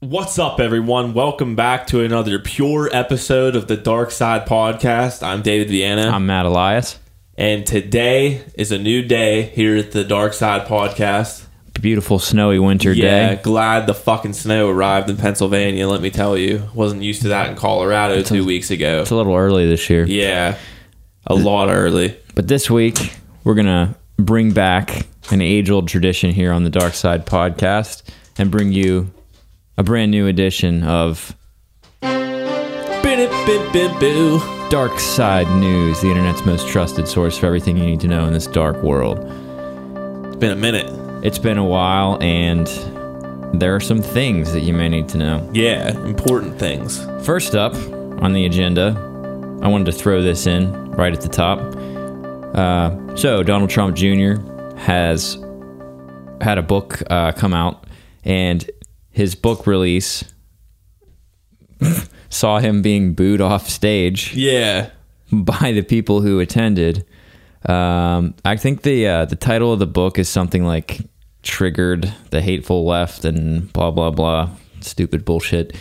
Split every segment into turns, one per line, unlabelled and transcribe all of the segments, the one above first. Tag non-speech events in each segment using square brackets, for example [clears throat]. What's up, everyone? Welcome back to another pure episode of the Dark Side Podcast. I'm David Vienna,
I'm Matt Elias.
and today is a new day here at the Dark Side Podcast.
Beautiful snowy winter
Yeah,
day.
glad the fucking snow arrived in Pennsylvania. Let me tell you, wasn't used to that in Colorado two weeks ago.
It's a little early this year.
Yeah, a lot early.
But this week, we're going to bring back an age old tradition here on the Dark Side podcast and bring you a brand new edition of
Boo.
Dark Side News, the internet's most trusted source for everything you need to know in this dark world.
It's been a minute.
It's been a while, and there are some things that you may need to know.
Yeah, important things.
First up on the agenda, I wanted to throw this in right at the top. Uh, so Donald Trump Jr. has had a book uh, come out, and his book release [laughs] saw him being booed off stage
Yeah,
by the people who attended. Um, I think the uh, the title of the book is something like "Triggered the Hateful Left" and blah blah blah, stupid bullshit.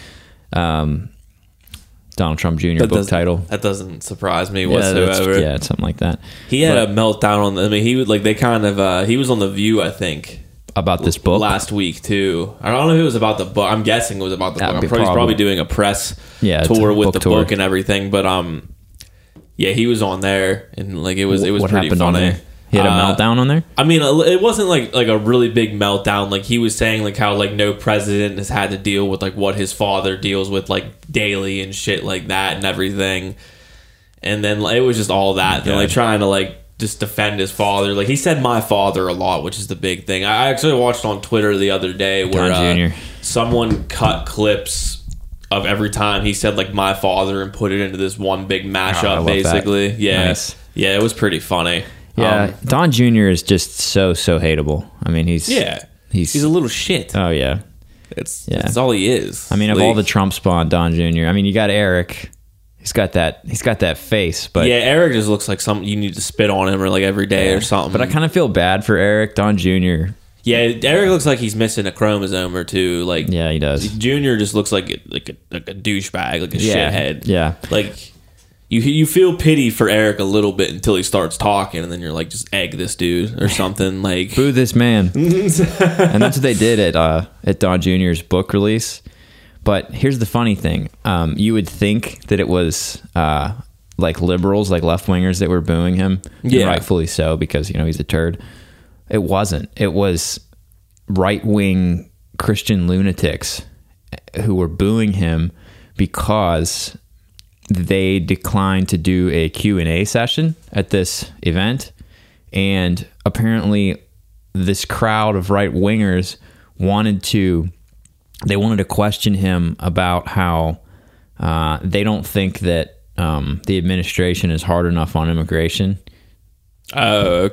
Um, Donald Trump Jr. book
doesn't-
title.
That doesn't surprise me
Yeah, that's-
whatsoever.
yeah, it's something like that
He had a meltdown on. The, I mean, he would like they kind of. uh He was on the View, I think,
about this book.
last week too. I don't know if it was about the book. I'm guessing it was about the
That'd
book. I'm
be
probably, he's probably
probably-
doing a press
Yeah, it's
tour
a
with
book
the
tour.
book and everything. But um, yeah, he was on there and like it was it was
what
pretty
happened
funny.
on there? He had a
Uh,
meltdown on there.
I mean, it wasn't like like a really big meltdown. Like he was saying, like how like no president has had to deal with like what his father deals with like daily and shit like that and everything. And then like, it was just all that, and like trying to like just defend his father. Like he said, my father a lot, which is the big thing. I I actually watched on Twitter the other day where
Don
uh,
Jr..
someone cut clips of every time he said like my father and put it into this one big
Ah, I
mashup,
love that.
basically. Yeah,
Nice.
yeah, it was pretty funny.
Yeah,
Um,
Don Jr. is just so so hateable. I mean, he's
yeah.
he's,
He's a little shit.
oh yeah.
It's
Yeah.
that's all he is.
I mean, of all the Trump spawn, Don Jr. I mean, you got Eric. He's got that. He's got that face, but
yeah, Eric just looks like something you need to spit on him or like every day or something.
But I kind of feel bad for Eric Don Jr.
yeah, Eric looks like he's missing a chromosome or two. Like
Yeah, he does.
Junior just looks like a, like a, like a douchebag, like a
Yeah,
shithead.
yeah.
like you you feel pity for Eric a little bit until he starts talking, and then you're like, just egg this dude or
[laughs]
something. Like
Boo this
[laughs]
man. and that's what they did at uh, at Don Jr.'s book release. But here's the funny thing: um, you would think that it was uh, like liberals, like left wingers, that were booing him, and
Yeah.
rightfully so, because you know he's a turd. It wasn't. It was right wing Christian lunatics eh, who were booing him because they declined to do a Q&A session at this event and apparently this crowd of right wingers wanted to they wanted to question him about how uh, they don't think that um, the administration is hard enough on immigration
oh,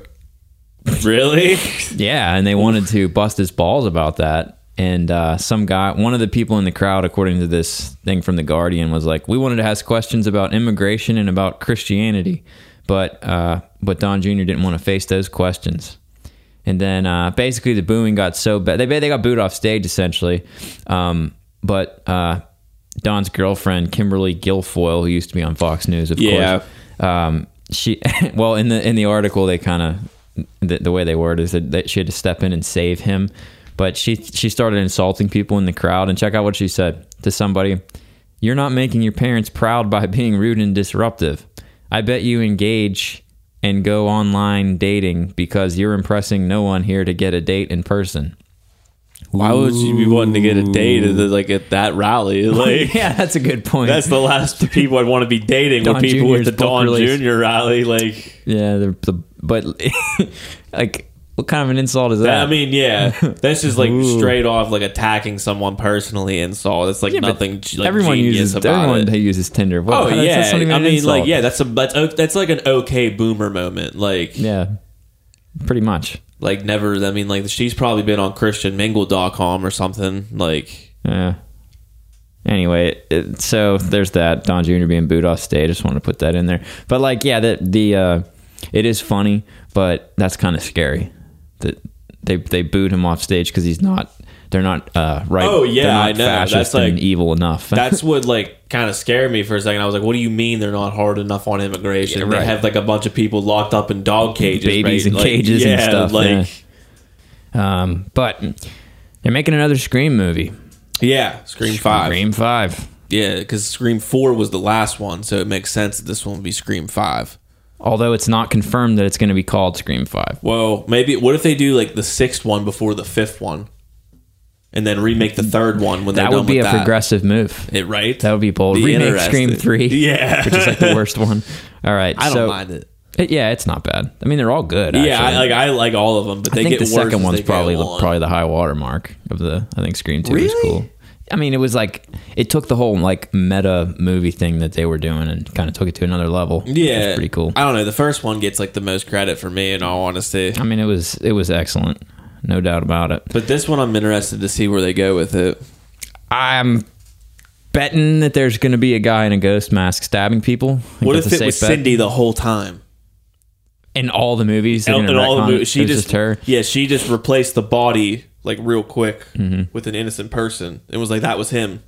really?
yeah, and they wanted to bust his balls about that. And uh, some guy, one of the people in the crowd, according to this thing from The Guardian, was like, "We wanted to ask questions about immigration and about Christianity, but uh, but Don Jr. didn't want to face those questions." And then uh, basically the booing got so bad they they got booed off stage essentially. Um, but uh, Don's girlfriend Kimberly Guilfoyle, who used to be on Fox News, of
Yeah.
course, um, she [laughs] well in the in the article they kind of the, the way they word is that, that she had to step in and save him but she she started insulting people in the crowd and check out what she said to somebody you're not making your parents proud by being rude and disruptive i bet you engage and go online dating because you're impressing no one here to get a date in person
[laughs] Why would you be wanting to get a date at the, like at that
[laughs]
rally? Like
yeah that's a good point
That's the last people I'd want to be dating
Don
with people with
Jr.'s
the
book
Don
release.
Junior rally. Like,
yeah the, the but [laughs] like what kind of an insult is that
I mean,
[laughs]
yeah, that's just like straight off like attacking someone personally insult. It's like
Yeah, but
nothing. g- Like,
everyone
genius
uses
about
everyone
it.
that uses Tinder. What-
Oh
that's-
yeah,
that's not even
I
an
mean,
insult.
like yeah, that's a that's o- that's like an okay boomer moment. Like,
yeah, pretty much.
like never. I mean, like she's probably been on ChristianMingle.com or something. Like,
Yeah. Anyway, it, so there's that Don Jr. being booed off stage. Just wanted to put that in there. But like, yeah, the the uh, it is funny, but that's kind of scary that they they booed him off stage because he's not They're not uh, right.
Oh, yeah,
they're not
I know.
Fascist
That's
and
like-
evil enough. [laughs]
That's what like kind of scared me for a second. I was like, "What do you mean they're not hard enough on immigration?
Yeah, right.
They have like a bunch of people locked up in dog cages,
babies
right?
in
Like,
cages and
yeah,
stuff.
Like,
yeah. Um, but they're making another Scream movie.
yeah, Scream Five.
Scream Five.
Yeah, because Scream Four was the last one, so it makes sense that this one would be Scream Five.
Although it's not confirmed that it's going to be called Scream Five.
Well, maybe what if they do like the sixth one before the fifth one, and then remake the third one when
That
they're done
would be a
with that.
progressive move.
It, right?
That would be bold.
Be
Remake
interesting.
Scream Three.
[laughs] Yeah.
which is like the worst one. All right,
I don't
so,
mind it.
it- Yeah, it's not bad. I mean, they're all good.
Yeah, I,
actually.
like I like all of them, but
I
they
think
get
the
worse.
second
as
one's
they go
probably the,
on.
probably the high water mark of the. I think Scream Two was
Really?
cool. I mean, it was like it took the whole like meta movie thing that they were doing and kind of took it to another level. which was
yeah,
pretty cool.
I don't know. The first one gets like the most credit for me, in all honesty.
I mean, it was it was excellent, no doubt about it.
But this one, I'm interested to see where they go with it.
I'm betting that there's going to be a guy in a ghost mask stabbing people. I think
What
that's
if
a
it
safe
was
bet.
Cindy the whole time?
in all the movies? they're
And
gonna
all the
retcon it?
movies, she
It was
just,
her.
yeah, she just replaced the body like real quick
Mm-hmm.
with an innocent person. It was like that was him.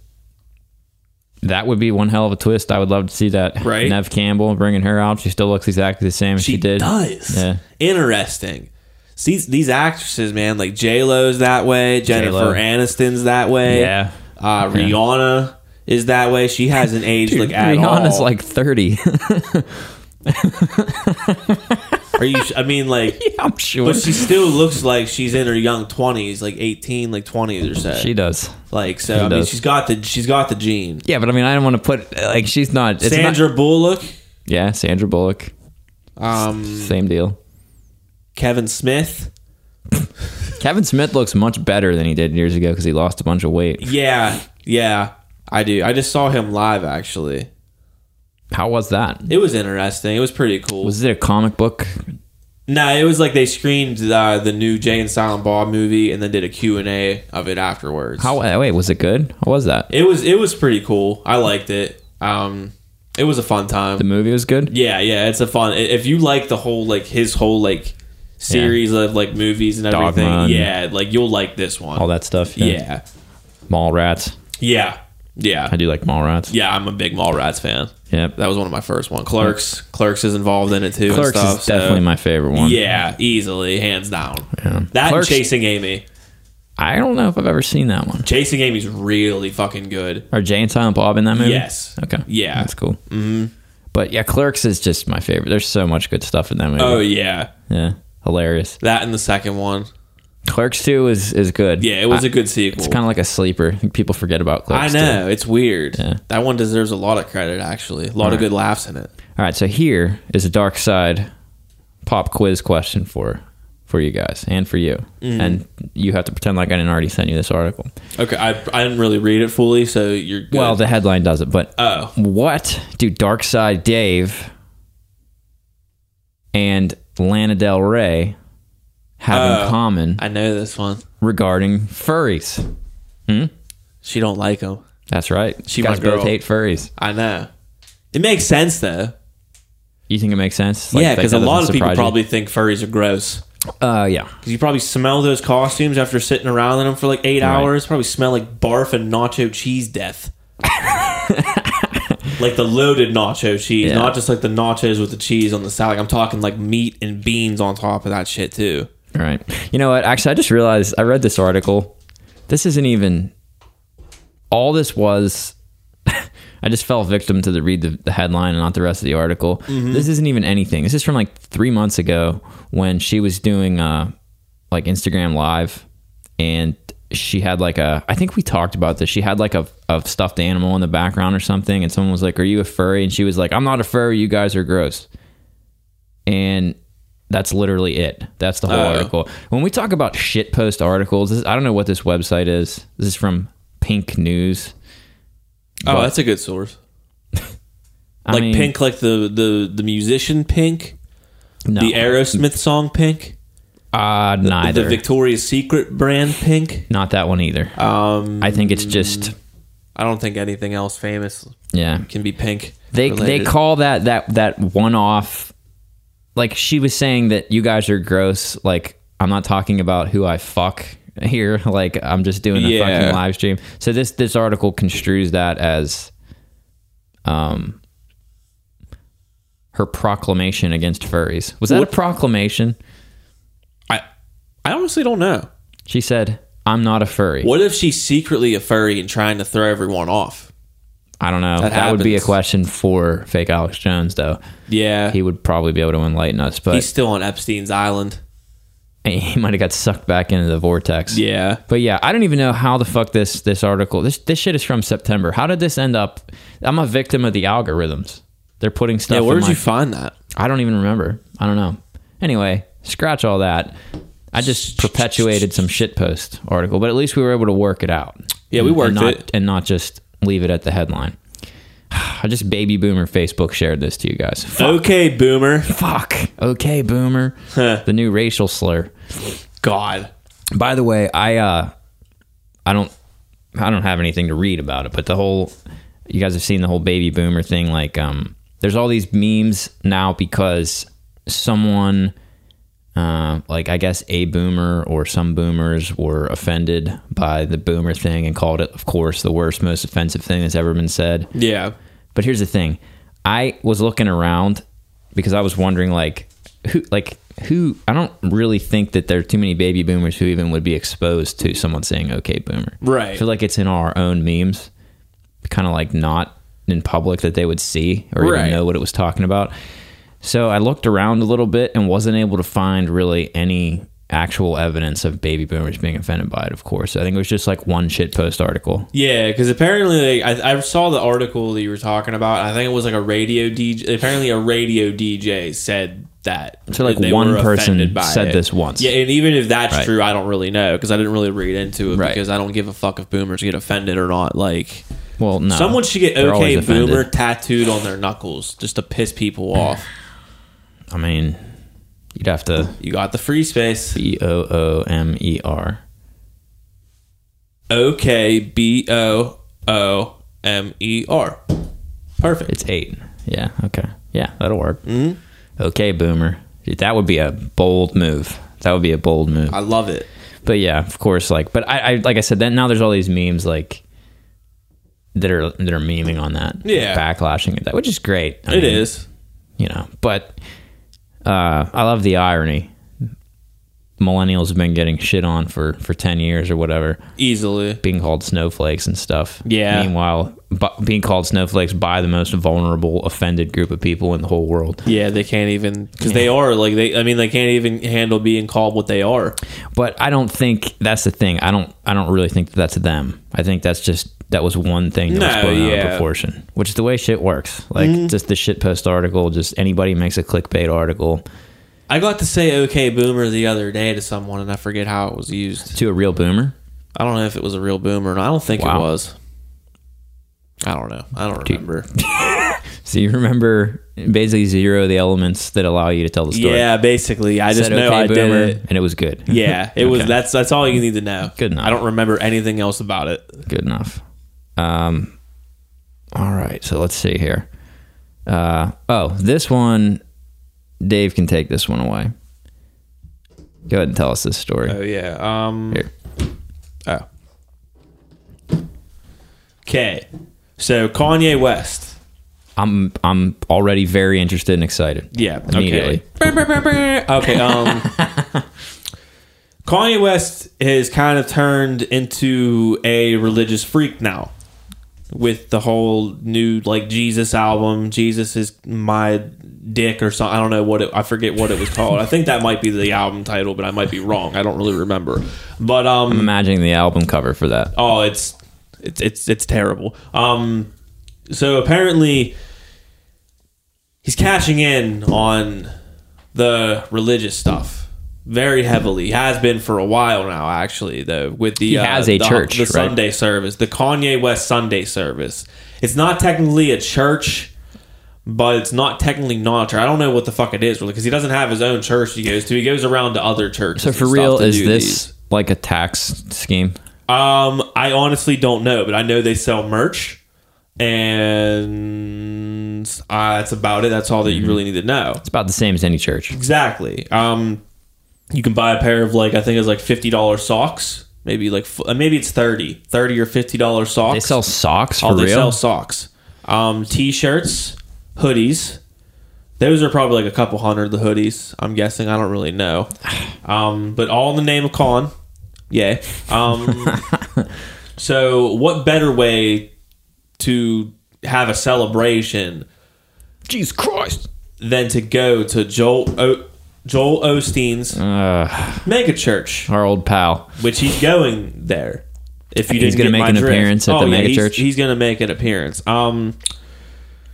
That would be one hell of a twist. I would love to see that.
Right?
Nev Campbell bringing her out. She still looks exactly the same as she,
She
did.
does.
Yeah.
Interesting. See these actresses, man, like J Lo's that way, Jennifer
J.Lo.
Aniston's that way,
Yeah.
uh, Rihanna is that way. She
[laughs]
hasn't aged like at
Rihanna's
all.
like [laughs] 30.
Are you? I mean,
[laughs]
like,
I'm sure.
but she still looks like she's in her young twenties, like eighteen, like twenties or so.
She does.
like, so I mean,
does.
she's got the she's got the gene.
Yeah, but I mean, I don't want to put, like, she's not. It's Not,
Sandra Bullock,
yeah, Sandra Bullock.
um,
Same deal.
Kevin Smith.
Kevin Smith looks much better than he did years ago because he lost a bunch of weight.
Yeah, yeah, I do. I just saw him live actually.
How was that?
It was interesting. It was pretty cool.
Was it a comic book?
No, it was like they screened uh, the new Jay and Silent Bob movie and then did a Q&A of it afterwards.
How, wait, was it good? How was that?
It was it was pretty cool. I liked it. Um it was a fun time.
The movie was good?
yeah, yeah, it's a fun. i- If you like the whole like his whole like series of like movies and everything,
Dogma and-
yeah, like you'll like this one.
All that stuff?
Yeah.
Mall rats.
Yeah.
I
Yeah.
do like mall rats.
Yeah, I'm a big Mallrats fan.
Yep.
That was one of my first one. Clerks, Clerks is involved in it too. and
Clerks
stuff,
is
so-
definitely my favorite one.
Yeah, easily, hands down. That and
Clerks-
Chasing Amy.
I don't know if I've ever seen that one.
Chasing Amy's really fucking good.
Are Jay and Silent Bob in that movie?
Yes.
Okay.
Yeah.
That's cool. Mm-hmm. But yeah, Clerks is just my favorite. There's so much good stuff in that movie.
Oh yeah,
Yeah. Hilarious.
that and the second one.
Clerks 2 is, is good.
Yeah, it was
I-
a good sequel.
It's kind of like a sleeper. I think people forget about
I
Clerks 2.
know it's weird.
Yeah.
That one deserves a lot of credit. Actually, a lot of good laughs in it.
All right, so here is a dark side pop quiz question for for you guys and for you.
Mm-hmm.
And you have to pretend like I didn't already send you this article.
Okay, I, I didn't really read it fully, so you're good.
Well, the headline does it, but
oh
what do Dark Side Dave and Lana Del Rey have in
Oh.
common
I know this one.
regarding furries?
She don't like him.
That's right.
She
You guys
my girl.
both hate furries.
I know. It makes sense though.
You think it makes sense?
yeah, because a
that
lot
doesn't
of people
surprise you?
probably think furries are gross.
Uh, yeah.
Because you probably smell those costumes after sitting around in them for like eight hours. Probably smell like barf and nacho cheese
[laughs]
death. like the loaded nacho cheese,
Yeah.
not just like the nachos with the cheese on the side. Like I'm talking like meat and beans on top of that shit too.
All right. You know what? Actually, I just realized I read this article. This isn't even. All this was. [laughs] I just fell victim to the read the, the headline and not the rest of the article. This isn't even anything. This is from like three months ago when she was doing uh, like Instagram Live and she had like a. I think we talked about this. She had like a, a stuffed animal in the background or something. And someone was like, Are you a furry? And she was like, I'm not a furry. You guys are gross and that's literally it. That's the whole
Oh.
article. When we talk about shitpost articles, this, I don't know what this website is. This is from Pink News.
Oh,
But-
that's a good source.
I
like
mean,
Pink, like the the the musician Pink,
no,
the Aerosmith song Pink,
uh, neither.
the Victoria's Secret brand Pink.
Not that one either.
Um,
I think it's just
I don't think anything else famous
yeah.
can be Pink.
They they
related.
call that that that one off. Like she was saying that you guys are gross. Like I'm not talking about who I fuck here. [laughs] Like I'm just doing a
Yeah.
fucking live stream. So this this article construes that as um her proclamation against furries. Was that a proclamation?
I I honestly don't know.
She said, "I'm not a furry."
What if she's secretly a furry and trying to throw everyone off?
I don't know.
That
That, would be a
happens.
question for fake Alex Jones though.
Yeah,
He would probably be able to enlighten us, but
he's still on Epstein's island.
[laughs] he might have got sucked back into the vortex.
Yeah,
But yeah, I don't even know how the fuck this this article this this shit is from September. How did this end up? I'm a victim of the algorithms. They're putting stuff.
yeah. Where
in
did
my-
you find that?
I don't even remember. I don't know. Anyway, scratch all that. I just perpetuated some shitpost article, but at least we were able to work it out.
Yeah, we
And-
worked
and not,
it.
and not just leave it at the headline. [sighs] I just baby boomer Facebook shared this to you
[laughs]
guys.
Okay, boomer.
Fuck. Okay, boomer.
Huh.
the new racial slur.
God.
By the way, I uh I don't I don't have anything to read about it, but the whole you guys have seen the whole baby boomer thing like um there's all these memes now because someone uh, like I guess a boomer or some boomers were offended by the boomer thing and called it, of course, the worst, most offensive thing that's ever been said.
Yeah.
But here's the thing. I was looking around because I was wondering like who like who I don't really think that there are too many baby boomers who even would be exposed to someone saying okay boomer.
Right.
I feel like it's in our own memes. Kind of like not in public that they would see or
Right.
even know what it was talking about. So I looked around a little bit and wasn't able to find really any actual evidence of baby boomers being offended by it, of course. I think it was just like one shit post article.
Yeah, because apparently like, I, I saw the article that you were talking about. I think it was like a radio DJ. Apparently, a radio DJ said that.
So, like,
that they
one
were
person
offended by
said
it.
this once.
Yeah, and even if that's
Right.
true, I don't really know because I didn't really read into it
Right.
because I don't give a fuck if boomers get offended or not. Like,
Well, no.
someone should get
They're
"Okay
always offended.
Boomer" tattooed on their knuckles just to piss people off.
I mean, you'd have to
You got the free space.
B O O M E R.
Okay, B O O M E R. Perfect.
It's eight. Yeah. Okay. Yeah, that'll work. Mm-hmm. Okay, boomer. That would be a bold move. That would be a bold move.
I love it.
But yeah, of course. Like, but I, I like I said, then now there's all these memes like that are that are memeing on that.
Yeah.
Backlashing at that, which is great. I
It
mean,
is.
You know, but uh, I love the irony. Millennials have been getting shit on for for ten years or whatever.
Easily.
being called snowflakes and stuff.
Yeah.
Meanwhile, bu- being called snowflakes by the most vulnerable, offended group of people in the whole world.
Yeah, they can't even because they are like they. I mean, they can't even handle being called what they are.
But I don't think that's the thing. I don't. I don't really think that's them. I think that's just that was one thing that
No,
was blown out
yeah. Mm-hmm.
of proportion, which is the way shit works. Like just the shit post article. Just anybody makes a clickbait article
I got to say "Okay, boomer" the other day to someone, and I forget how it was used.
to a real boomer.
I don't know if it was a real boomer, and I don't think it
Wow.
was. I don't know. I don't remember.
So you remember basically zero the elements that allow you to tell the story.
Yeah, basically, I just
Said,
know
"Okay,
I
boomer,"
did it.
and it was good.
Yeah, it was.
Okay.
That's that's all you need to know.
Good enough.
I don't remember anything else about it.
good enough. Um, all right, so let's see here. Uh, oh, this one, Dave can take this one away. Go ahead and tell us this story.
Oh yeah. Um.
Here.
Oh. Okay. So Kanye West.
I'm I'm already very interested and excited.
Yeah.
Immediately.
Okay. okay. Um. [laughs] Kanye West has kind of turned into a religious freak now, with the whole new like Jesus album. Jesus is my dick or something. I don't know what it. I forget what it was called. I think that might be the album title, but I might be wrong. I don't really remember. But um.
I'm imagining the album cover for that.
Oh, it's it's it's it's terrible. Um, so apparently he's cashing in on the religious stuff very heavily. He has been for a while now, actually. Though with the he
has a
the,
church,
the
right?
Sunday service, the Kanye West Sunday service. It's not technically a church. But it's not technically not a church. I don't know what the fuck it is really because he doesn't have his own church he goes to. He goes around to other churches.
So for
and stuff
real,
to
is
do
this
these.
like a tax scheme?
Um, I honestly don't know, but I know they sell merch, and uh, that's about it. That's all that you
Mm-hmm.
really need to know.
It's about the same as any church.
Exactly. Um, you can buy a pair of like I think it's like fifty dollars socks maybe like f- uh, maybe it's 30 30 or 50 dollar socks
They sell socks for
oh they
real.
sell socks um t-shirts hoodies those are probably like a couple hundred the hoodies i'm guessing i don't really
[sighs]
know um but all in the name of con yeah
[laughs]
um so what better way to have a celebration
Jesus Christ.
than to go to joel o- joel osteen's
Uh,
mega church
our old pal.
which he's going there. If you
He's
didn't get
gonna make
my
an
drift.
appearance at
oh,
the
yeah, he's-
megachurch?
He's, going to make an appearance. Um,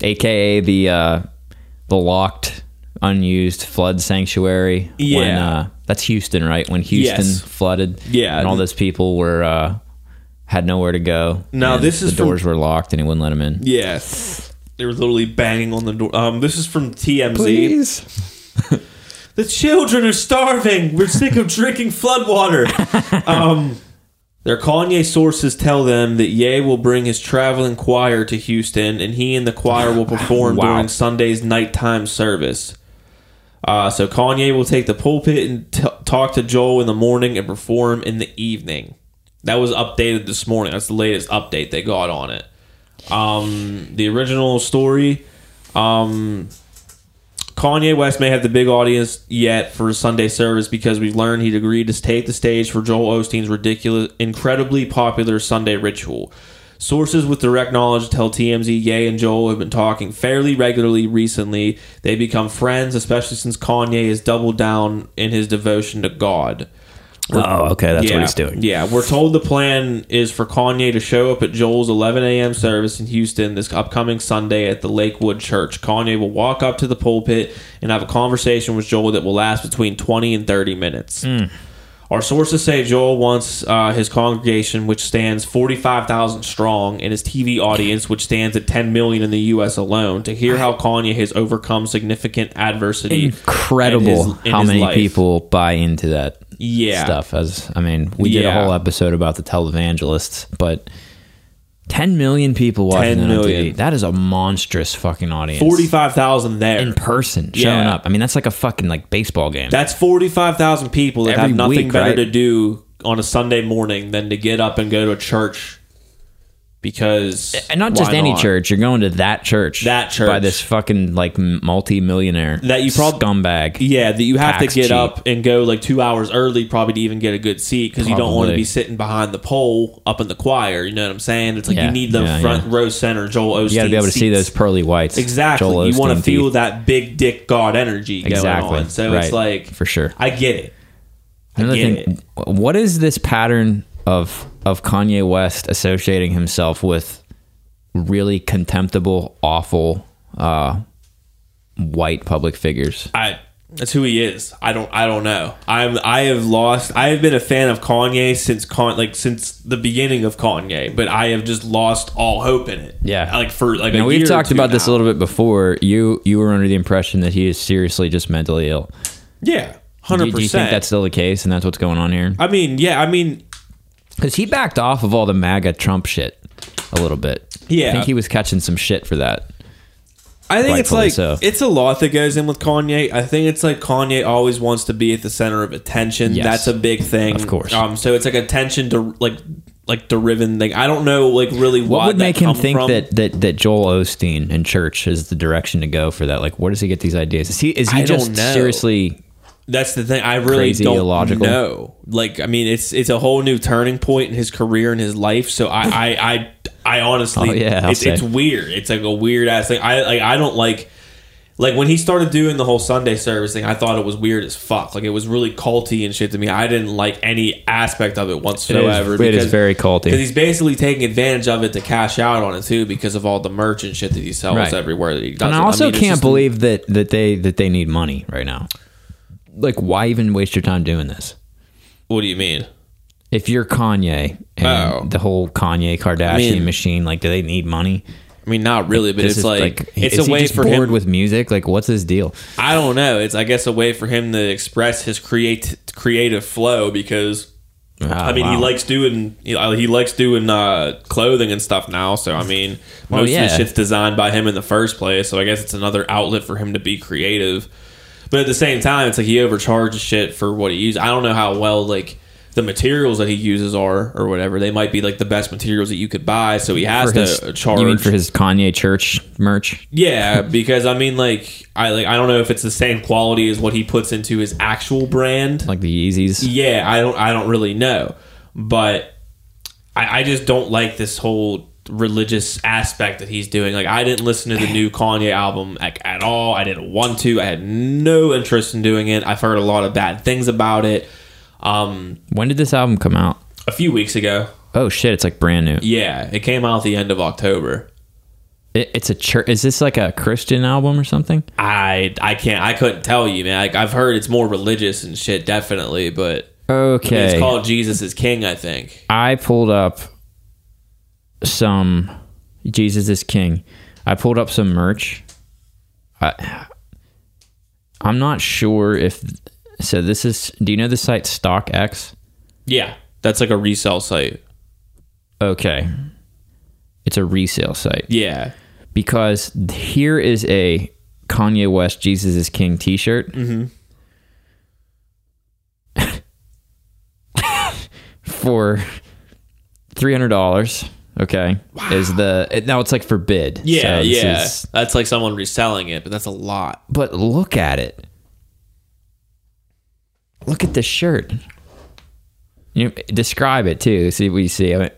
AKA the uh the locked unused flood sanctuary. When,
Yeah.
uh, that's Houston, right? When Houston
Yes.
flooded.
Yeah.
And all those people were uh had nowhere to go.
No,
and
this is
the
from-
doors were locked and he wouldn't let them in.
yeah, they were literally banging on the door. Um, this is from TMZ. The children are starving. We're sick of drinking flood water. Um, their Kanye sources tell them that Ye will bring his traveling choir to Houston, and he and the choir will perform
Wow.
during Sunday's nighttime service. Uh, so Kanye will take the pulpit and t- talk to Joel in the morning and perform in the evening. That was updated this morning. That's the latest update they got on it. Um, the original story. Um, Kanye West may have the big audience yet for his Sunday service because we've learned he'd agreed to take the stage for Joel Osteen's ridiculous, incredibly popular Sunday ritual. Sources with direct knowledge tell TMZ Ye and Joel have been talking fairly regularly recently. They become friends, especially since Kanye has doubled down in his devotion to God.
Oh, okay, that's
yeah,
what he's doing.
Yeah, we're told the plan is for Kanye to show up at Joel's 11 a.m. service in Houston this upcoming Sunday at the Lakewood Church. Kanye will walk up to the pulpit and have a conversation with Joel that will last between 20 and 30 minutes.
Hmm.
Our sources say Joel wants uh, his congregation, which stands 45,000 strong, and his TV audience, which stands at 10 million in the U.S. alone, to hear how Kanye has overcome significant adversity. in
Incredible
his- in
how
his
many
life.
people buy into that
Yeah.
stuff. As I mean, we did
Yeah.
a whole episode about the televangelists, but 10 million people watching
10
that on TV.
million.
That is a monstrous fucking audience.
45,000 there.
in person showing
Yeah.
up. I mean, that's like a fucking like baseball game.
That's 45,000 people that
Every
have nothing
week,
better
right?
to do on a Sunday morning than to get up and go to a church because.
and not
why
just any
not?
church. You're going to that church.
That church.
by this fucking like multi-millionaire
That you prob-
scumbag.
Yeah, that you have to
Tax
get
cheat.
up and go like two hours early probably to even get a good seat because you don't want to
Probably.
be sitting behind the pole up in the choir. You know what I'm saying? It's like
Yeah,
you need the
yeah,
front row center Joel Osteen.
You got to be able to see
seats.
those pearly whites.
Exactly.
Joel
you want to
Osteen
feel
teeth.
that big dick God energy going
Exactly.
on. So
Right.
it's like.
For sure.
I get it.
Another
get
thing, what is this pattern of of Kanye West associating himself with really contemptible, awful uh, white public figures?
I that's who he is. I don't I don't know. I'm I have lost I have been a fan of Kanye since Con like since the beginning of Kanye, but I have just lost all hope in it.
Yeah.
Like for like
Now
a
we've
year or
talked
two
about this a
now.
little bit before. You you were under the impression that he is seriously just mentally ill.
Yeah.
Do
Hundred
you, do you
percent.
think that's still the case, and that's what's going on here?
I mean, yeah, I mean
Because he backed off of all the MAGA Trump shit a little bit.
Yeah.
I think he was catching some shit for that.
I think it's
Rightfully
like
so.
it's a lot that goes in with Kanye. I think it's like Kanye always wants to be at the center of attention.
Yes.
That's a big thing,
Of course.
Um, so it's like attention to like like driven thing. I don't know like really
What
why
would
that
make him
come
think
from.
that, that that Joel Osteen and church is the direction to go for that? Like, where does he get these ideas? Is he is he
I don't
just
know.
seriously?
That's the thing. I really
Crazy,
don't
illogical.
know. Like, I mean, it's it's a whole new turning point in his career and his life. So I I I, I honestly,
[laughs] Oh, yeah, I'll
it's,
say.
it's weird. It's like a weird ass thing. I like I don't like like when he started doing the whole Sunday service thing. I thought it was weird as fuck. Like it was really culty and shit to me. I didn't like any aspect of it whatsoever.
it is very culty.
because he's basically taking advantage of it to cash out on it too because of all the merch and shit that he sells
Right.
everywhere that he does.
And
it.
I also
mean, it's
can't
just-
believe that that they that they need money right now. Like, why even waste your time doing this?
What do you mean?
If you're Kanye and
Oh.
the whole Kanye Kardashian
mean-
machine, like, do they need money?
I mean, not really, but
This
it's
is,
like, it's
is
a
he
way
just
for
bored
him
with music. Like, what's his deal?
I don't know. It's I guess a way for him to express his create creative flow because I mean he
Oh, Ah, wow.
likes doing he, he likes doing uh, clothing and stuff now. So I mean most of
yeah.
the shit's designed by him in the first place. So I guess it's another outlet for him to be creative. But at the same time, it's like he overcharges shit for what he uses. I don't know how well like the materials that he uses are or whatever they might be like the best materials that you could buy so he has
For
to
his-
charge
You mean for his Kanye church merch?
yeah because i mean like i like i don't know if it's the same quality as what he puts into his actual brand
Like the Yeezys?
yeah i don't i don't really know but i i just don't like this whole religious aspect that he's doing like i didn't listen to the new kanye album like at all i didn't want to i had no interest in doing it i've heard a lot of bad things about it um
When did this album come out?
a few weeks ago
Oh shit, it's like brand new.
Yeah, it came out at the end of October.
It, it's a church. Is this like a Christian album or something?
I I can't I couldn't tell you, man. Like I've heard it's more religious and shit, definitely, but
Okay.
it's called Jesus is King, I think.
I pulled up some Jesus is King. I pulled up some merch. I, I'm not sure if so. This is. Do you know the site StockX?
Yeah, that's like a resale site.
Okay, it's a resale site
Yeah,
because here is a Kanye West Jesus is King T-shirt. Mm-hmm. [laughs] for three hundred dollars. Okay, is the it- now it's like for bid.
yeah,
So this
yeah.
is-
that's like someone reselling it, but that's a lot.
but look at it. Look at the shirt. You describe it too. See what you see. I mean,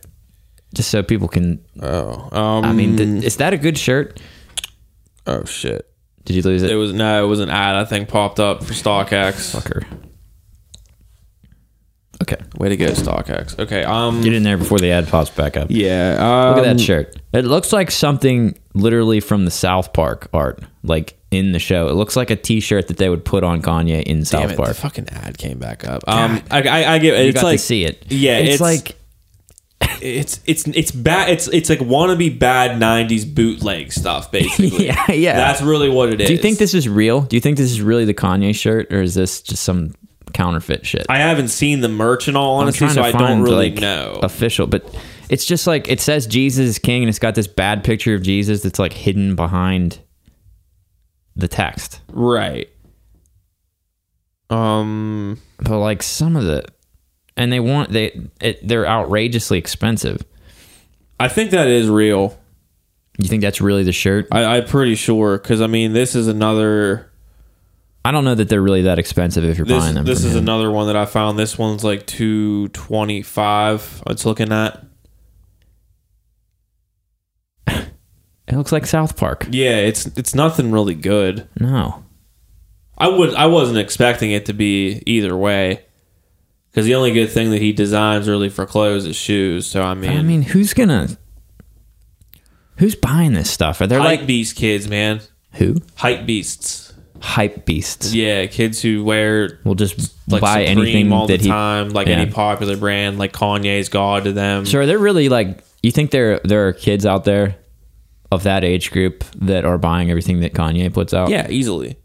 just so people can.
Oh, um,
I mean, th- is that a good shirt?
oh shit.
Did you lose
It
it?
was no, it was an ad I think popped up for StockX.
Fucker. Okay.
Way to go, StockX. Okay, um,
Get in there before the ad pops back up.
yeah, um,
Look at that shirt. It looks like something literally from the South Park art, like in the show. It looks like a T-shirt that they would put on Kanye in
Damn
South
it, the
Park.
fucking ad came back up. Um, I, I, I get it.
You
it's
got
like
to see it.
Yeah,
it's,
it's-
like
it's it's it's bad it's it's like wannabe bad 90s bootleg
[laughs]
stuff basically
Yeah, yeah.
that's really what it is
Do you think this is real? Do you think this is really the Kanye shirt, or is this just some counterfeit shit?
i haven't seen the merch in all
I'm
honesty
trying
so
to
i don't
find,
really
like,
know
Official, but it's just like it says Jesus is King, and it's got this bad picture of Jesus that's like hidden behind the text.
right um
But like some of the, and they want they it, they're outrageously expensive.
i think that is real
You think that's really the shirt?
i i'm pretty sure because i mean this is another
I don't know that they're really that expensive if you're
this
buying them.
this
from
is
him.
another one that i found this one's like 225 it's looking at
it looks like South Park.
yeah it's it's nothing really good
No,
I would. I wasn't expecting it to be either way, because the only good thing that he designs really for clothes is shoes. So I mean,
I mean, who's gonna? Who's buying this stuff? Are they
hype
like
beast kids, man,
who?
hype beasts.
Hype beasts.
Yeah, kids who wear
Will just
like
buy
Supreme
anything
all
that
the
he.
time, like
yeah.
any popular brand, like Kanye's God to them.
So are there really like? You think there there are kids out there of that age group that are buying everything that Kanye puts out?
Yeah, easily,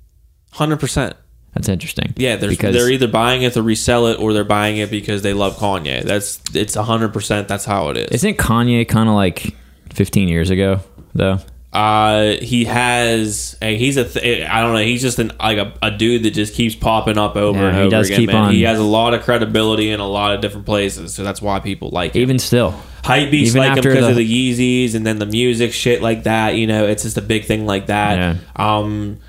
hundred percent.
that's interesting.
Yeah, they're
because
they're either buying it to resell it or they're buying it because they love Kanye. That's it's hundred percent. That's how it is.
isn't Kanye kind of like 15 years ago though?
Uh, he has. Hey, he's a. Th- I don't know. He's just an like a, a dude that just keeps popping up over
Yeah,
and
he
over
does
again.
keep
man,
on-
he has a lot of credibility in a lot of different places, so that's why people like him.
Even still,
Hype beats
even
like him
after
because
the-
of the Yeezys and then the music shit like that. You know, it's just a big thing like that. Um,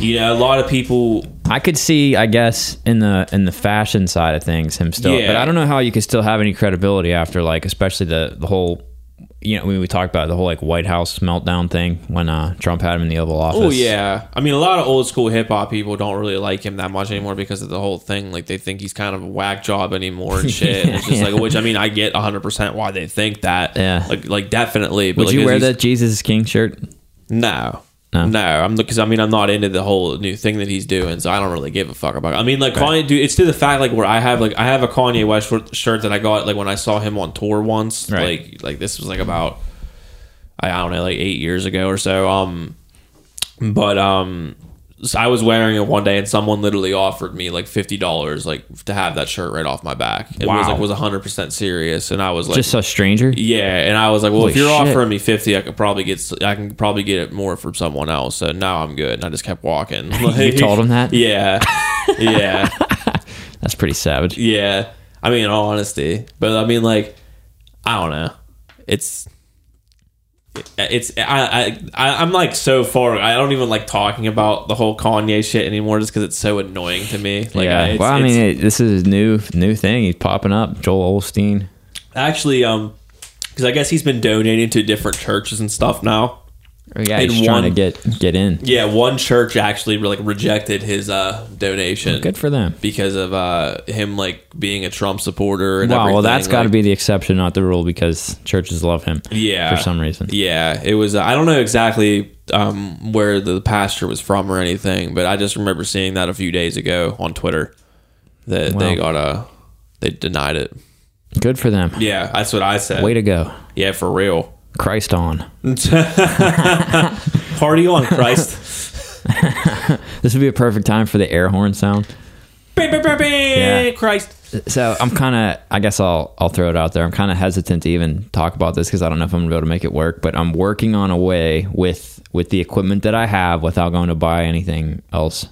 you know, a lot of people.
I could see, I guess, in the in the fashion side of things, him still.
Yeah.
But I don't know how you could still have any credibility after, like, especially the the whole. You know, when we talked about the whole like White House meltdown thing when uh, Trump had him in the Oval Office.
Oh yeah, I mean, a lot of old school hip hop people don't really like him that much anymore because of the whole thing. Like they think he's kind of a whack job anymore
[laughs]
and shit. it's just like, which I mean, I get 100 percent why they think that.
Yeah.
like like definitely. But
Would
like,
you
is
wear
he-
that Jesus is King shirt?
No.
No.
No, I'm because I mean I'm not into the whole new thing that he's doing, so I don't really give a fuck about. it. I mean, like Kanye, dude, it's to the fact like where I have like I have a Kanye West short- shirt that I got like when I saw him on tour once,
Right.
like like this was like about I, I don't know like eight years ago or so. Um, but um, so I was wearing it one day, and someone literally offered me like fifty dollars like to have that shirt right off my back. It was
Wow.
like was hundred percent serious, and I was like,
Just a stranger?
yeah, and I was like, well, if
Holy
you're
shit.
offering me fifty, I could probably get s- I can probably get it more from someone else. So now I'm good, and I just kept walking.
[laughs]
Like,
told him that?
Yeah, yeah,
That's pretty savage.
yeah. I mean, in all honesty, but I mean, like, I don't know. It's it's I, I I'm like so far. I don't even like talking about the whole Kanye shit anymore, just because it's so annoying to me. Like,
yeah.
I, it's-
well, I
it's-
mean, it, this is his new new thing. He's popping up. Joel Olstein.
actually, um, because I guess he's been donating to different churches and stuff now.
Yeah,
And
he's trying to
one-
get get in.
Yeah, one church actually like rejected his uh donation.
Good for them.
because of uh him like being a Trump supporter. And
Wow. Well,
everything,
that's got to
like-
be the exception, not the rule, because churches love him.
yeah
For some reason.
Yeah, it was. uh, I don't know exactly um where the pastor was from or anything, but I just remember seeing that a few days ago on Twitter that they got a they denied it.
Good for them.
Yeah, that's what I said.
Way to go.
yeah, for
[laughs]
real.
Christ on.
Party on,
[laughs]
Christ.
This would be a perfect time for the air horn sound.
Bing, bing, bing, bing,
Yeah.
Christ.
So I'm kind of, I guess I'll, I'll throw it out there. I'm kind of hesitant to even talk about this because I don't know if I'm gonna be able to make it work. But I'm working on a way with with the equipment that I have, without going to buy anything else,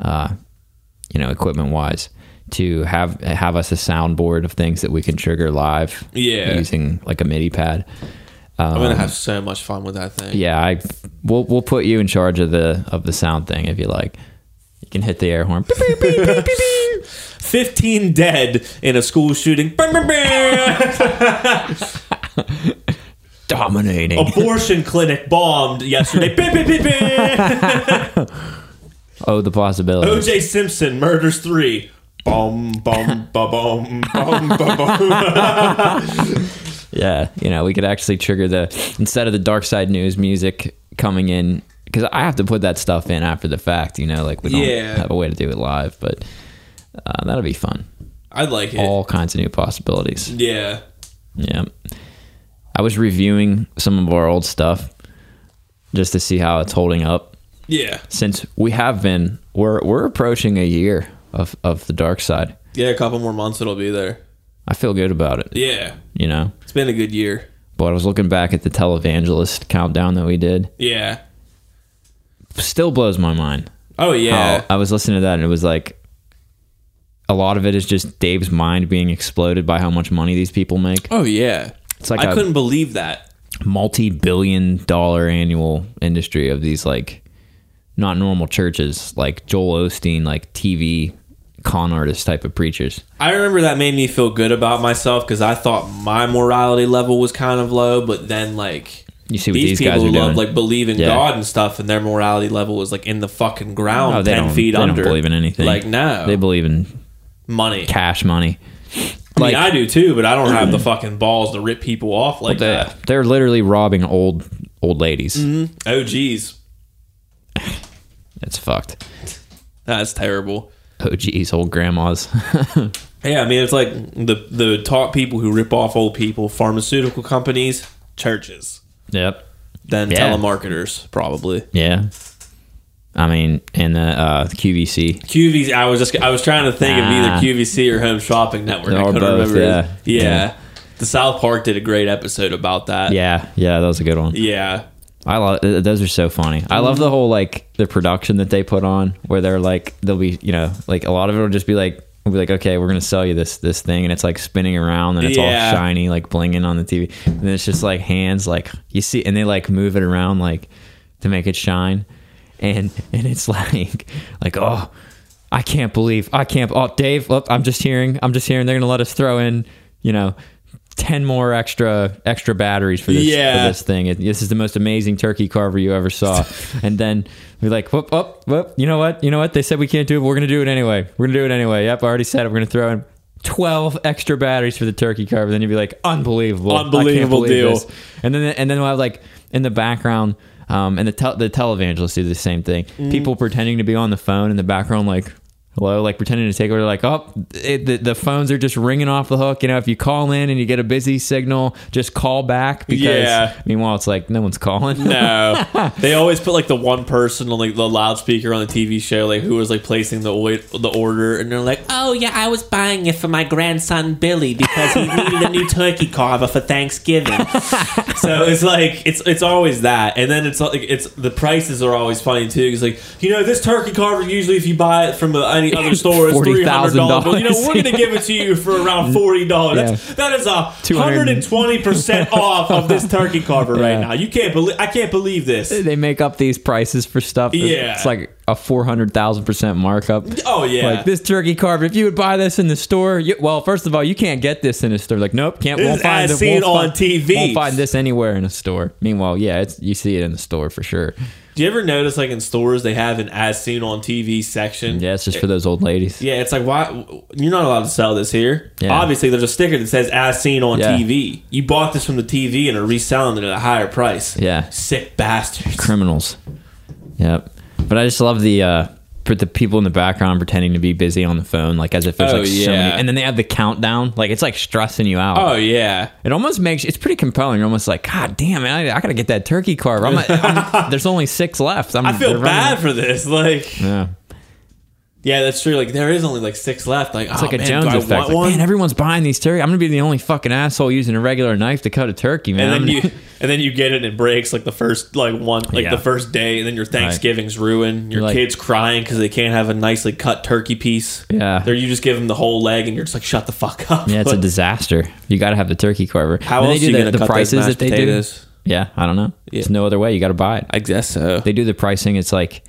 uh, you know, equipment wise, to have have us a soundboard of things that we can trigger live,
Yeah.
using like a MIDI pad.
I'm
Um,
gonna have so much fun with that thing.
Yeah, I we'll we'll put you in charge of the of the sound thing if you like. You can hit the air horn.
Fifteen dead in a school shooting. Bing, bing, bing. [laughs]
Dominating.
Oh. Abortion clinic bombed yesterday. Bing, bing, bing, bing.
Oh, the possibility.
OJ Simpson murders three. Bum bum ba bum bum ba bum.
Yeah, you know, we could actually trigger the instead of the dark side news music coming in because I have to put that stuff in after the fact. You know, like we don't
Yeah.
have a way to do it live, but uh, that'll be fun.
[laughs] I like it.
All kinds of new possibilities.
Yeah.
Yeah, I was reviewing some of our old stuff just to see how it's holding up
Yeah.
since we have been we're we're approaching a year of of the dark side.
Yeah, a couple more months it'll be there.
I feel good about it.
Yeah.
You know,
It's been a good year.
but I was looking back at the televangelist countdown that we did.
Yeah.
Still blows my mind.
Oh yeah.
how I was listening to that and it was like a lot of it is just Dave's mind being exploded by how much money these people make.
Oh, yeah.
It's like
I
a-
couldn't believe that.
Multi billion dollar annual industry of these like not normal churches, like Joel Osteen, like TV con artist type of preachers.
I remember that made me feel good about myself because I thought my morality level was kind of low, but then like
You see what these, guys are
who
doing.
like believe in
Yeah.
God and stuff, and their morality level was like in the fucking ground,
Oh, they
ten
don't,
feet
they don't
under.
believe in anything.
Like no,
They believe in
money.
cash money.
I mean, I do too, but I don't have
[clears throat]
the fucking balls to rip people off like
They, they're literally robbing old old ladies.
that. Oh, geez.
That's fucked.
That's terrible.
Oh geez, old grandmas. [laughs]
Yeah, I mean, it's like the the top people who rip off old people, pharmaceutical companies, churches,
yep.
then
Yeah.
telemarketers, probably.
Yeah. I mean, and the uh, QVC.
QVC. I was just I was trying to think of
Ah.
either QVC or Home Shopping Network. I
Or
couldn't
both,
remember.
yeah.
Yeah.
Yeah.
the South Park did a great episode about that.
Yeah, yeah, that was a good one.
yeah,
I love those are so funny. I love the whole like the production that they put on where they're like they'll be you know like a lot of it will just be like we'll be like okay we're gonna sell you this this thing and it's like spinning around and it's
Yeah.
all shiny like blinging on the TV and it's just like hands like you see and they like move it around like to make it shine and and it's [laughs] like like oh I can't believe I can't oh Dave look, I'm just hearing I'm just hearing they're gonna let us throw in you know. 10 more extra extra batteries for this,
Yeah.
for this thing. It, this is the most amazing turkey carver you
[laughs]
ever saw. and then we're like, whoop, whoop, whoop. You know what? You know what? They said we can't do it. But we're gonna do it anyway. We're gonna do it anyway. Yep, I already said it. We're gonna throw in twelve extra batteries for the turkey carver. Then you'd be like, unbelievable, I can't
Unbelievable
believe
deal.
this. And then and then we'll have like in the background. Um, and the tel- the televangelists do the same thing. People pretending to be on the phone in the background, like hello, like pretending to take over. Like, oh, it, the, the phones are just ringing off the hook. You know, if you call in and you get a busy signal, just call back because
Yeah.
meanwhile it's like no one's calling. [laughs]
No, Uh, they always put like the one person on like the loudspeaker on the TV show, like who was like placing the oi- the order, and they're like, [laughs] "Oh yeah, I was buying it for my grandson Billy because he needed a new turkey carver for Thanksgiving." so it's like it's it's always that, and then it's like it's the prices are always funny too. It's like you know this turkey carver usually if you buy it from a, any any
[laughs]
other store, it's three hundred
$40,000.
dollars. But you know, we're going to give it to you for
[laughs]
around forty dollars. That is a hundred and twenty
[laughs]
percent off of this turkey carver
Yeah.
right now. You can't believe. I can't believe this.
They make up these prices for stuff. that-
Yeah.
It's like a 400,000% markup.
Oh yeah,
Like this turkey carver, if you would buy this in the store, you, well, first of all, you can't get this in a store. Like, nope, can't.
This
won't
is
find
as
it,
seen
won't
on
find-
TV.
Won't find this anywhere in a store. Meanwhile, yeah, it's you see it in the store for sure.
Do you ever notice like in stores they have an as seen on TV section?
Yeah, it's just for those old ladies.
Yeah, it's like why you're not allowed to sell this here.
Yeah.
Obviously, there's a sticker that says "as seen on
Yeah.
TV." You bought this from the TV and are reselling it at a higher price.
Yeah.
sick bastards.
criminals. Yep. But I just love the uh for the people in the background pretending to be busy on the phone, like as if there's
Oh,
like so
yeah.
many, and then they have the countdown, like it's like stressing you out.
Oh yeah,
It almost makes it's pretty compelling. You're almost like, God damn man, I, I gotta get that turkey carver. I'm,
[laughs]
I'm, there's only six left. I'm,
I feel
they're
bad
running-
for this. Like,
Yeah.
yeah, that's true. Like, there is only like six left. Like,
It's like a Jones
Oh, do I
effect.
want
Like,
one?
man, everyone's buying these turkey. I'm gonna be the only fucking asshole using a regular knife to cut a turkey,
and
man.
then
I'm-
you and then you get it and it breaks like the first like one like
Yeah.
the first day and then your thanksgiving's ruined your
You're like-
kids crying because they can't have a nicely cut turkey piece
Yeah.
there you just give them the whole leg and you're just like shut the fuck up
[laughs] Yeah, it's
[laughs]
a
Like,
disaster. You got to have the turkey carver.
How
And
else you gonna cut those mashed potatoes?
do? Yeah, I don't know. There's no other way. You got to buy it.
I guess so
they do the pricing. It's like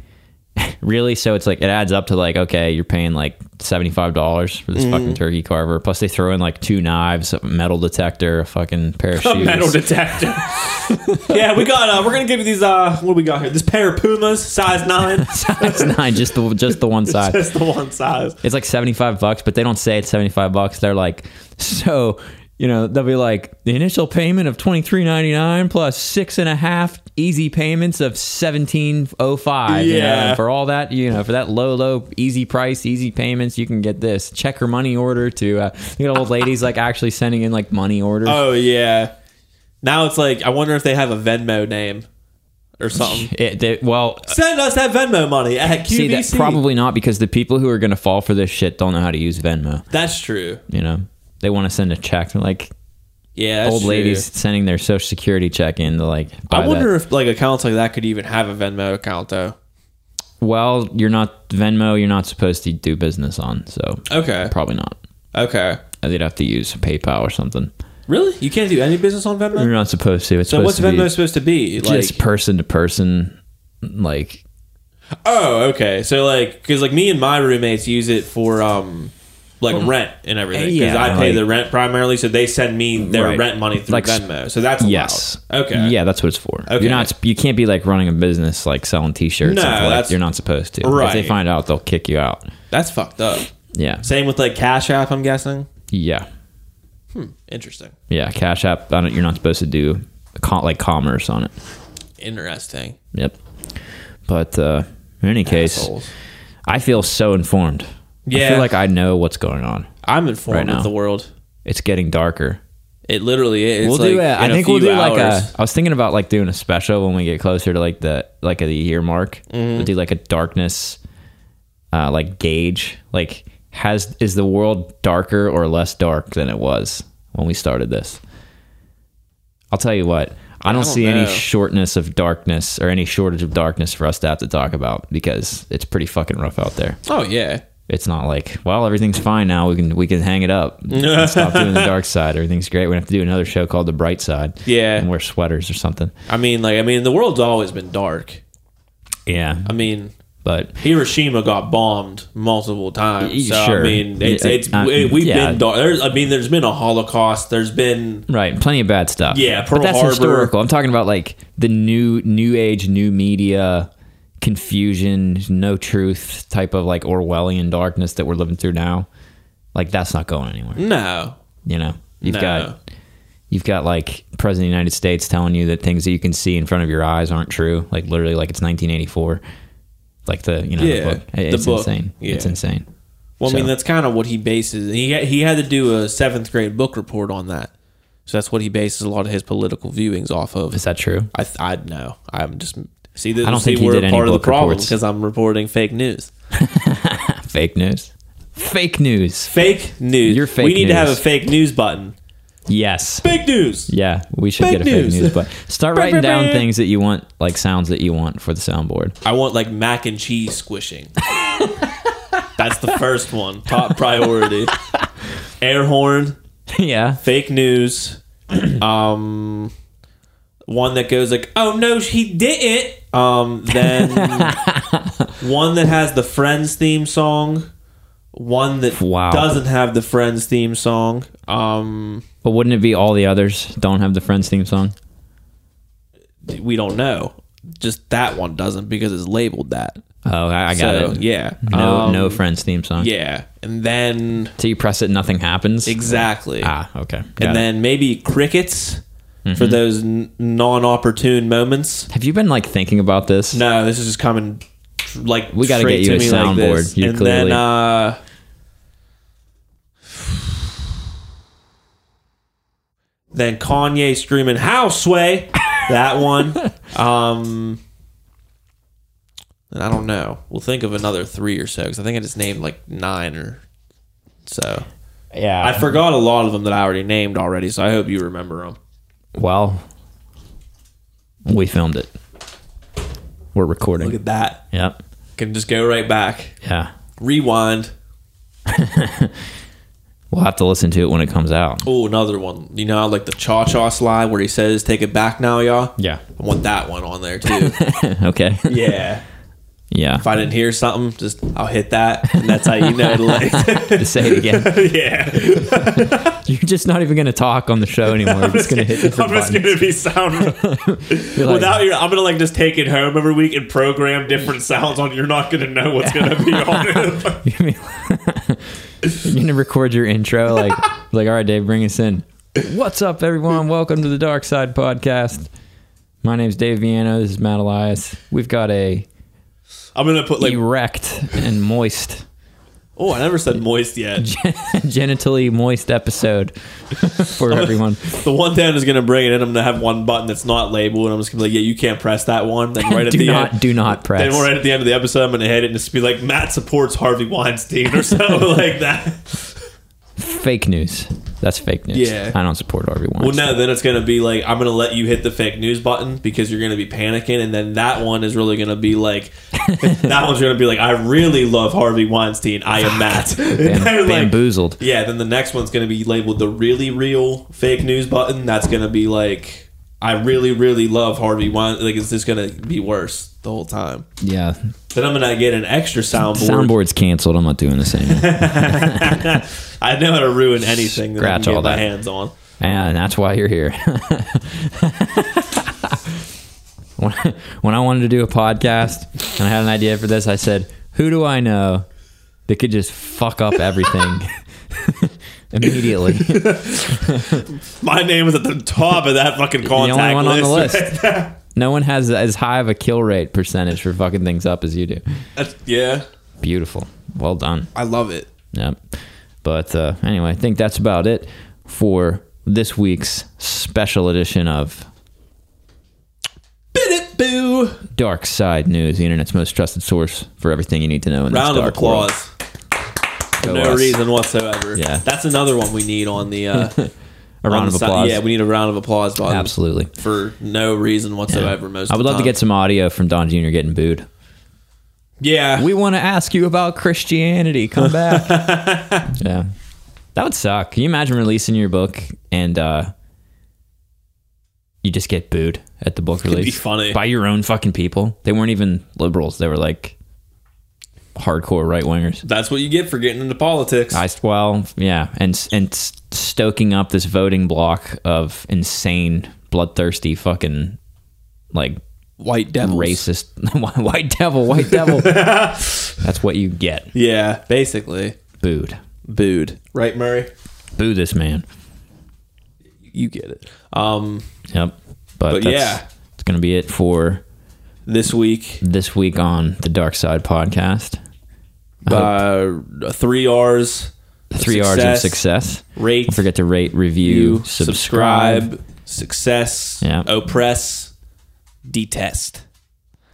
[laughs] really, so it's like it adds up to like okay, you're paying like seventy five dollars for this
Mm-hmm.
fucking turkey carver. Plus they throw in like two knives, a metal detector, a fucking pair of
[laughs] a
shoes.
metal
[laughs]
detector [laughs] yeah we got uh we're gonna give you these uh what do we got here this pair of pumas size
[laughs]
nine
Size nine, just the just
[laughs]
the one side.
just the one size
It's like 75 bucks, but they don't say it's 75 bucks. They're like, so, you know, they'll be like, the initial payment of 23.99 plus six and a half easy payments of 17.05. You know,
Yeah.
and for all that, you know, for that low, low, easy price, easy payments, you can get this. Check her money order to, uh, you know, old ladies like actually sending in like money orders.
oh yeah now it's like i wonder if they have a venmo name or
[laughs]
something
It- they- well,
send us that venmo money at qvc
see, that probably not because the people who are going to fall for this shit don't know how to use Venmo.
that's true
You know, they want to send a check. They're like,
yeah that's
old
true.
ladies sending their social security check in to like buy
I wonder if like accounts like that could even have a Venmo account though.
that. Well, you're not Venmo. You're not supposed to do business on, so
Okay.
probably not. Uh,
Okay.
They'd have to use PayPal or something.
Really? You can't do any business on Venmo?
You're not supposed to. It's
So what's
Mm. supposed
Venmo
to
supposed to be?
be
Like
just person to person, like
Oh, okay. So like cuz like me and my roommates use it for um like rent and everything cuz
yeah,
I pay
like-
the rent primarily so they send me their
Right.
rent money through
Like s-
Venmo. So that's allowed.
yes.
Okay.
Yeah, that's what it's for.
Okay.
You're not. You can't be like running a business like selling T-shirts.
No,
and, like,
that's-
you're not supposed to. If
Right.
they find out, they'll kick you out.
That's fucked up.
Yeah.
Same with like Cash App, I'm guessing.
Yeah.
Interesting.
Yeah. Cash App. I don't, you're not supposed to do co- like commerce on it.
Interesting.
Yep. But uh, in any case,
Assholes.
I feel so informed. I
Yeah.
feel like I know what's going on.
I'm informed
Right now.
of the world.
It's getting darker.
It literally is.
we'll do
like,
it. I
in a
think we'll
few
do like
hours.
a. I was thinking about like doing a special when we get closer to like the like a year mark.
Mm-hmm.
We'll do like a darkness, uh, like gauge. Like has is the world darker or less dark than it was when we started this? I'll tell you what. I don't,
don't
see
know.
any shortness of darkness or any shortage of darkness for us to have to talk about because it's pretty fucking rough out there.
Oh yeah.
it's not like well everything's fine now we can we can hang
[laughs]
it up and stop doing the dark side everything's great we're gonna have to do another show called the bright side
Yeah.
and wear sweaters or something
I mean, like, I mean, the world's always been dark.
yeah
I mean,
but
Hiroshima got bombed multiple times.
Y-
So,
sure.
I mean, it's,
Yeah,
it's
uh,
we've
yeah.
been dark. There's, I mean, there's been a Holocaust. There's been
right plenty of bad stuff
Yeah,
but
Pearl
that's
Harbor.
historical i'm talking about like the new new age new media confusion no truth type of like orwellian darkness that we're living through now like that's not going anywhere
no.
you know you've
No.
got you've got like president of the united states telling you that things that you can see in front of your eyes aren't true like literally like it's 1984 like the you know
Yeah,
the book
the
it's
book.
insane
Yeah.
it's insane
Well, I mean,
So-
that's kind of what he bases. He he had to do a seventh grade book report on that. So that's what he bases a lot of his political viewings off of.
is that true
I th- I know. I'm just see. This,
I don't
see,
think he
we're
did any
part of the
book
problem
reports.
because I'm reporting fake news.
fake news fake news
Fake news.
You're fake
We need to have a
news.
fake news button.
yes
Fake news.
yeah we should
Fake
get a fake
news.
news but
[laughs]
start
Bah,
writing
bah,
down
bah.
things that you want like sounds that you want for the soundboard
I want like mac and cheese squishing. That's the first one, top priority. Air horn,
[laughs] yeah.
fake news. [clears throat] Um, one that goes like, "Oh no, he didn't." Um,
[laughs]
then one that has the Friends theme song. One that
Wow.
doesn't have the Friends theme song. Um,
But wouldn't it be all the others don't have the Friends theme song?
we don't know. Just that one doesn't because it's labeled that.
Oh, I, I got
so,
it.
Yeah.
No,
Um,
no Friends theme song.
Yeah, and then
So you press it, nothing happens.
exactly,
Ah, okay. Got it. Mm-hmm.
and then maybe crickets for those n- non-opportune moments.
have you been like thinking about this?
No, this is just coming like
We gotta
straight
get
to
you
me
a
like this.
soundboard. You're
and
clearly-
then uh, [sighs] then Kanye screaming "Houseway," that
[laughs]
one. Um, and I don't know. We'll think of another three or so because I think I just named like nine or so.
Yeah.
I forgot a lot of them that I already named already, so I hope you remember them.
well, we filmed it. We're recording.
Look at that.
yep.
Can just go right back,
Yeah.
rewind.
We'll have to listen to it when it comes out.
Oh, another one. You know, how, like the cha cha slide where he says, "Take it back now, y'all."
Yeah.
I want that one on there too.
[laughs] okay.
yeah.
[laughs] Yeah.
If I didn't hear something, just I'll hit that, and that's how you know. To like, [laughs]
Say it again.
yeah,
You're just not even going to talk on
[laughs]
the show anymore. You're just going to hit different
I'm just
buttons.
gonna be sound [laughs]
You're like, [laughs]
without your. I'm gonna like just take it home every week and program different sounds on. You're not gonna know what's gonna be on it.
You mean- [laughs] You're gonna record your
[laughs]
intro like like all right, Dave, bring us in. What's up, everyone? Welcome to the Dark Side Podcast. My name's Dave Viano. This is Matt Elias. We've got a
I'm gonna put
E
like.
erect and moist, [laughs]
Oh, I never said moist yet.
genitally moist episode
[laughs]
for everyone.
The one down is gonna bring it in. I'm gonna have one button that's not labeled, and I'm just gonna be like, yeah, you can't press that one.
[laughs]
Then right at
do
the
not,
end,
do not press.
Then we're right at the end of the episode. I'm gonna hit it and just be like, Matt supports Harvey Weinstein or something [laughs] like that.
Fake news. That's fake news.
Yeah.
I don't support Harvey
Well,
Weinstein.
no, then it's gonna be like, I'm gonna let you hit the fake news button because you're gonna be panicking, and then that one is really gonna be like, [laughs] that one's gonna be like, I really love Harvey Weinstein. I
[laughs]
am Matt. And
Bam-
they're [laughs] like-
bamboozled.
yeah. Then the next one's gonna be labeled the really real fake news button. That's gonna be like, I really really love Harvey Weinstein. Like, it's just gonna be worse the whole time.
yeah.
Then I'm gonna get an extra soundboard.
Soundboard's canceled. I'm not doing
[laughs]
this anymore.
I know how to ruin anything that
Scratch
I can get
all
my
that.
hands on.
And that's why you're here. [laughs] when, I, when I wanted to do a podcast and I had an idea for this, I said, Who do I know that could just fuck
[laughs]
up everything [laughs] immediately? the
My name is at the top of that fucking contact
only one on the
list.
list. [laughs] no one has as high of a kill rate percentage for fucking things up as you do.
That's- [laughs] yeah,
Beautiful. Well done.
I love it.
Yep. But uh, anyway, I think that's about it for this week's special edition of
Bit it, boo.
Dark Side News, the internet's most trusted source for everything you need to know in
Round
this
of
dark
applause.
world.
For
Go
no
us.
reason whatsoever.
Yeah.
that's another one we need on the. Uh,
A [laughs] round of applause.
Yeah, we need a round of applause button
Absolutely.
for no reason whatsoever. Most
I would
of the
love to
time.
get some audio from Don Jr. getting booed.
Yeah,
We want to ask you about Christianity. Come back.
[laughs]
yeah. That would suck. Can you imagine releasing your book and uh, you just get booed at the book
be
release?
funny.
By your own fucking people. They weren't even liberals. They were like hardcore right wingers.
that's what you get for getting into politics.
I well, yeah, and and stoking up this voting block of insane, bloodthirsty, fucking like
White devils.
racist [laughs] white devil,
[laughs]
white devil. That's what you get.
Yeah, basically
Booed,
booed. Right, Murray.
boo this man.
You get it. Um,
Yep. But,
But
that's,
yeah.
it's gonna be it for
this week,
this week on the Dark Side Podcast.
uh, three R's.
Three R's of success.
Rate.
Don't forget to rate, review,
you subscribe, success,
Yeah.
oppress, detest.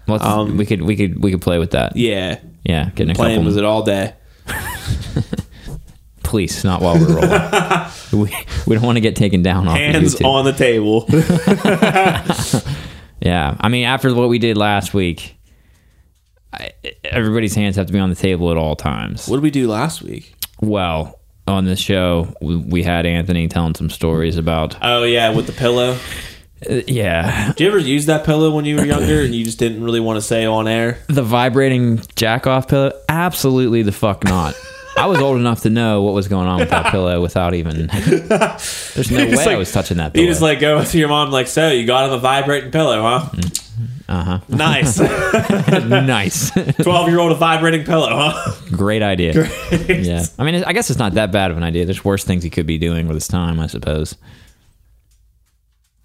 Let's,
Um,
we could we could we could play with that.
Yeah,
Yeah, getting a
playing
couple
with it all day.
Please, not while we're rolling.
[laughs]
we, we don't want to get taken down off of
Hands
YouTube.
on the
[laughs]
table.
Yeah, I mean, after what we did last week, I, everybody's hands have to be on the table at all times.
What did we do last week?
Well, on the show, we, we had Anthony telling some stories about.
Oh yeah, with the pillow.
Uh, yeah,
Did you ever use that pillow when you were younger and you just didn't really want to say on air?
the vibrating jack off pillow? Absolutely the fuck not. I was old enough to know what was going on with that pillow
[laughs]
without even. There's no
You're
way
just
I
like-
was touching that
You
pillow.
just like go to your mom like, so you got him a vibrating pillow, huh?
uh [laughs]
Nice.
huh. nice,
Twelve year old a vibrating pillow, huh? [laughs]
great idea. Yeah, I mean, I guess it's not that bad of an idea. There's worse things he could be doing with his time,
[laughs]
I suppose.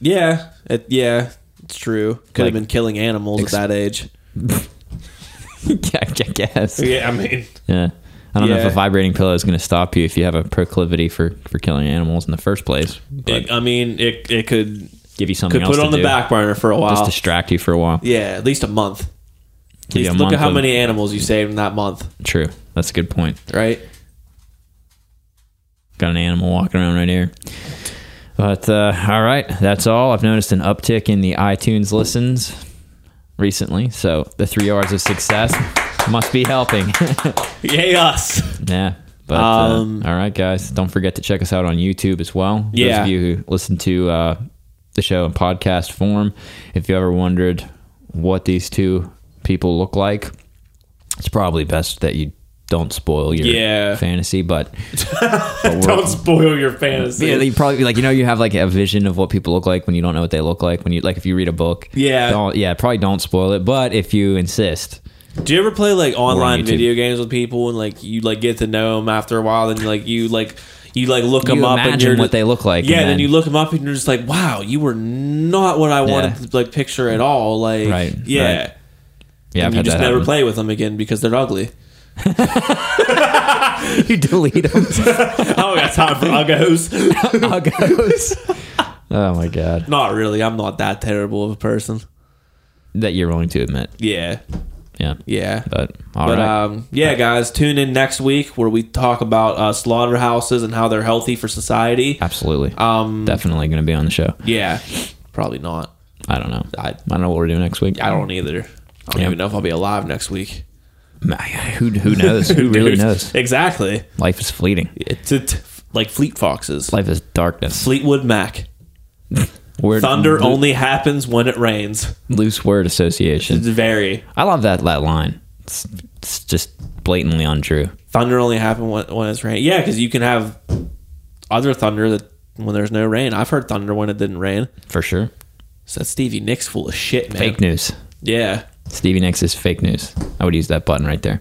Yeah. It, yeah. It's true. Could
Like-
have been killing animals
Ex-
at that age.
yeah, I guess.
Yeah, I mean,
Yeah. I don't know
Yeah.
if a vibrating pillow is going to stop you if you have a proclivity for, for killing animals in the first place. But
it, I mean, it it could
give you something
could
else
put it
to
on the
do.
back burner for a
Just
while.
distract you for a while.
yeah, at least a month. At
Give
least
you a
look
month
at how
of-
many animals you saved in that month,
True. That's a good point.
right?
Got an animal walking around right here. But uh, all right, that's all. I've noticed an uptick in the iTunes listens recently. So the three R's of success must be helping. [laughs]
Yay us.
Yeah. But
Um,
uh, all right, guys, don't forget to check us out on YouTube as well. Those
Yeah.
of you who listen to uh, the show in podcast form, if you ever wondered what these two people look like, it's probably best that you don't spoil your
Yeah. [laughs]
fantasy. But, but we're-
Don't spoil your fantasy.
yeah, you probably like you know you have like a vision of what people look like when you don't know what they look like when you like if you read a book.
Yeah.
don't, yeah, probably don't spoil it. But if you insist,
Do you ever play like online
YouTube.
video games with people and like you like get to know them after a while and like you like you like look them up and
imagine
you're
what they look like,
Yeah,
and
then,
then-
you look them up and you're just like, wow, you were not what I wanted
Yeah.
to like picture at all. Like,
Right,
yeah,
right.
and
yeah, I've
you
had
just
that
never
happen.
play with them again because they're ugly. [laughs]
[laughs] you delete
[laughs]
them.
I don't got time
[laughs]
for uggos.
oh my god.
not really. I'm not that terrible of a person.
That you're willing to admit.
Yeah,
Yeah.
yeah.
But all right.
but um, yeah, guys, tune in next week where we talk about uh, slaughterhouses and how they're healthy for society.
Absolutely.
Um,
Definitely going to be on the show.
yeah, probably not.
I don't know. I,
I-
don't know what we're doing next week.
I don't either. I don't
Yeah.
even know if I'll be alive next week.
Ma-
[laughs]
Who who knows? Who really
Dude,
knows?
Exactly.
Life is fleeting.
It's it, like Fleet Foxes.
Life is darkness.
Fleetwood Mac.
Word,
Thunder
lo-
only happens when it rains.
Loose word
It's
association.
very.
I love that that line. It's, it's just blatantly untrue.
Thunder only happens when, when it's rain. Yeah, because you can have other thunder that when there's no rain. I've heard thunder when it didn't rain.
For sure.
So that's Stevie Nicks full of shit, man.
Fake news.
Yeah.
Stevie Nicks is fake news. I would use that button right there.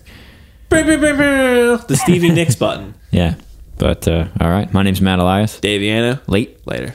The Stevie Nicks button.
Yeah. But uh, all right. My name's Matt Elias.
Daviana.
Late.
Later.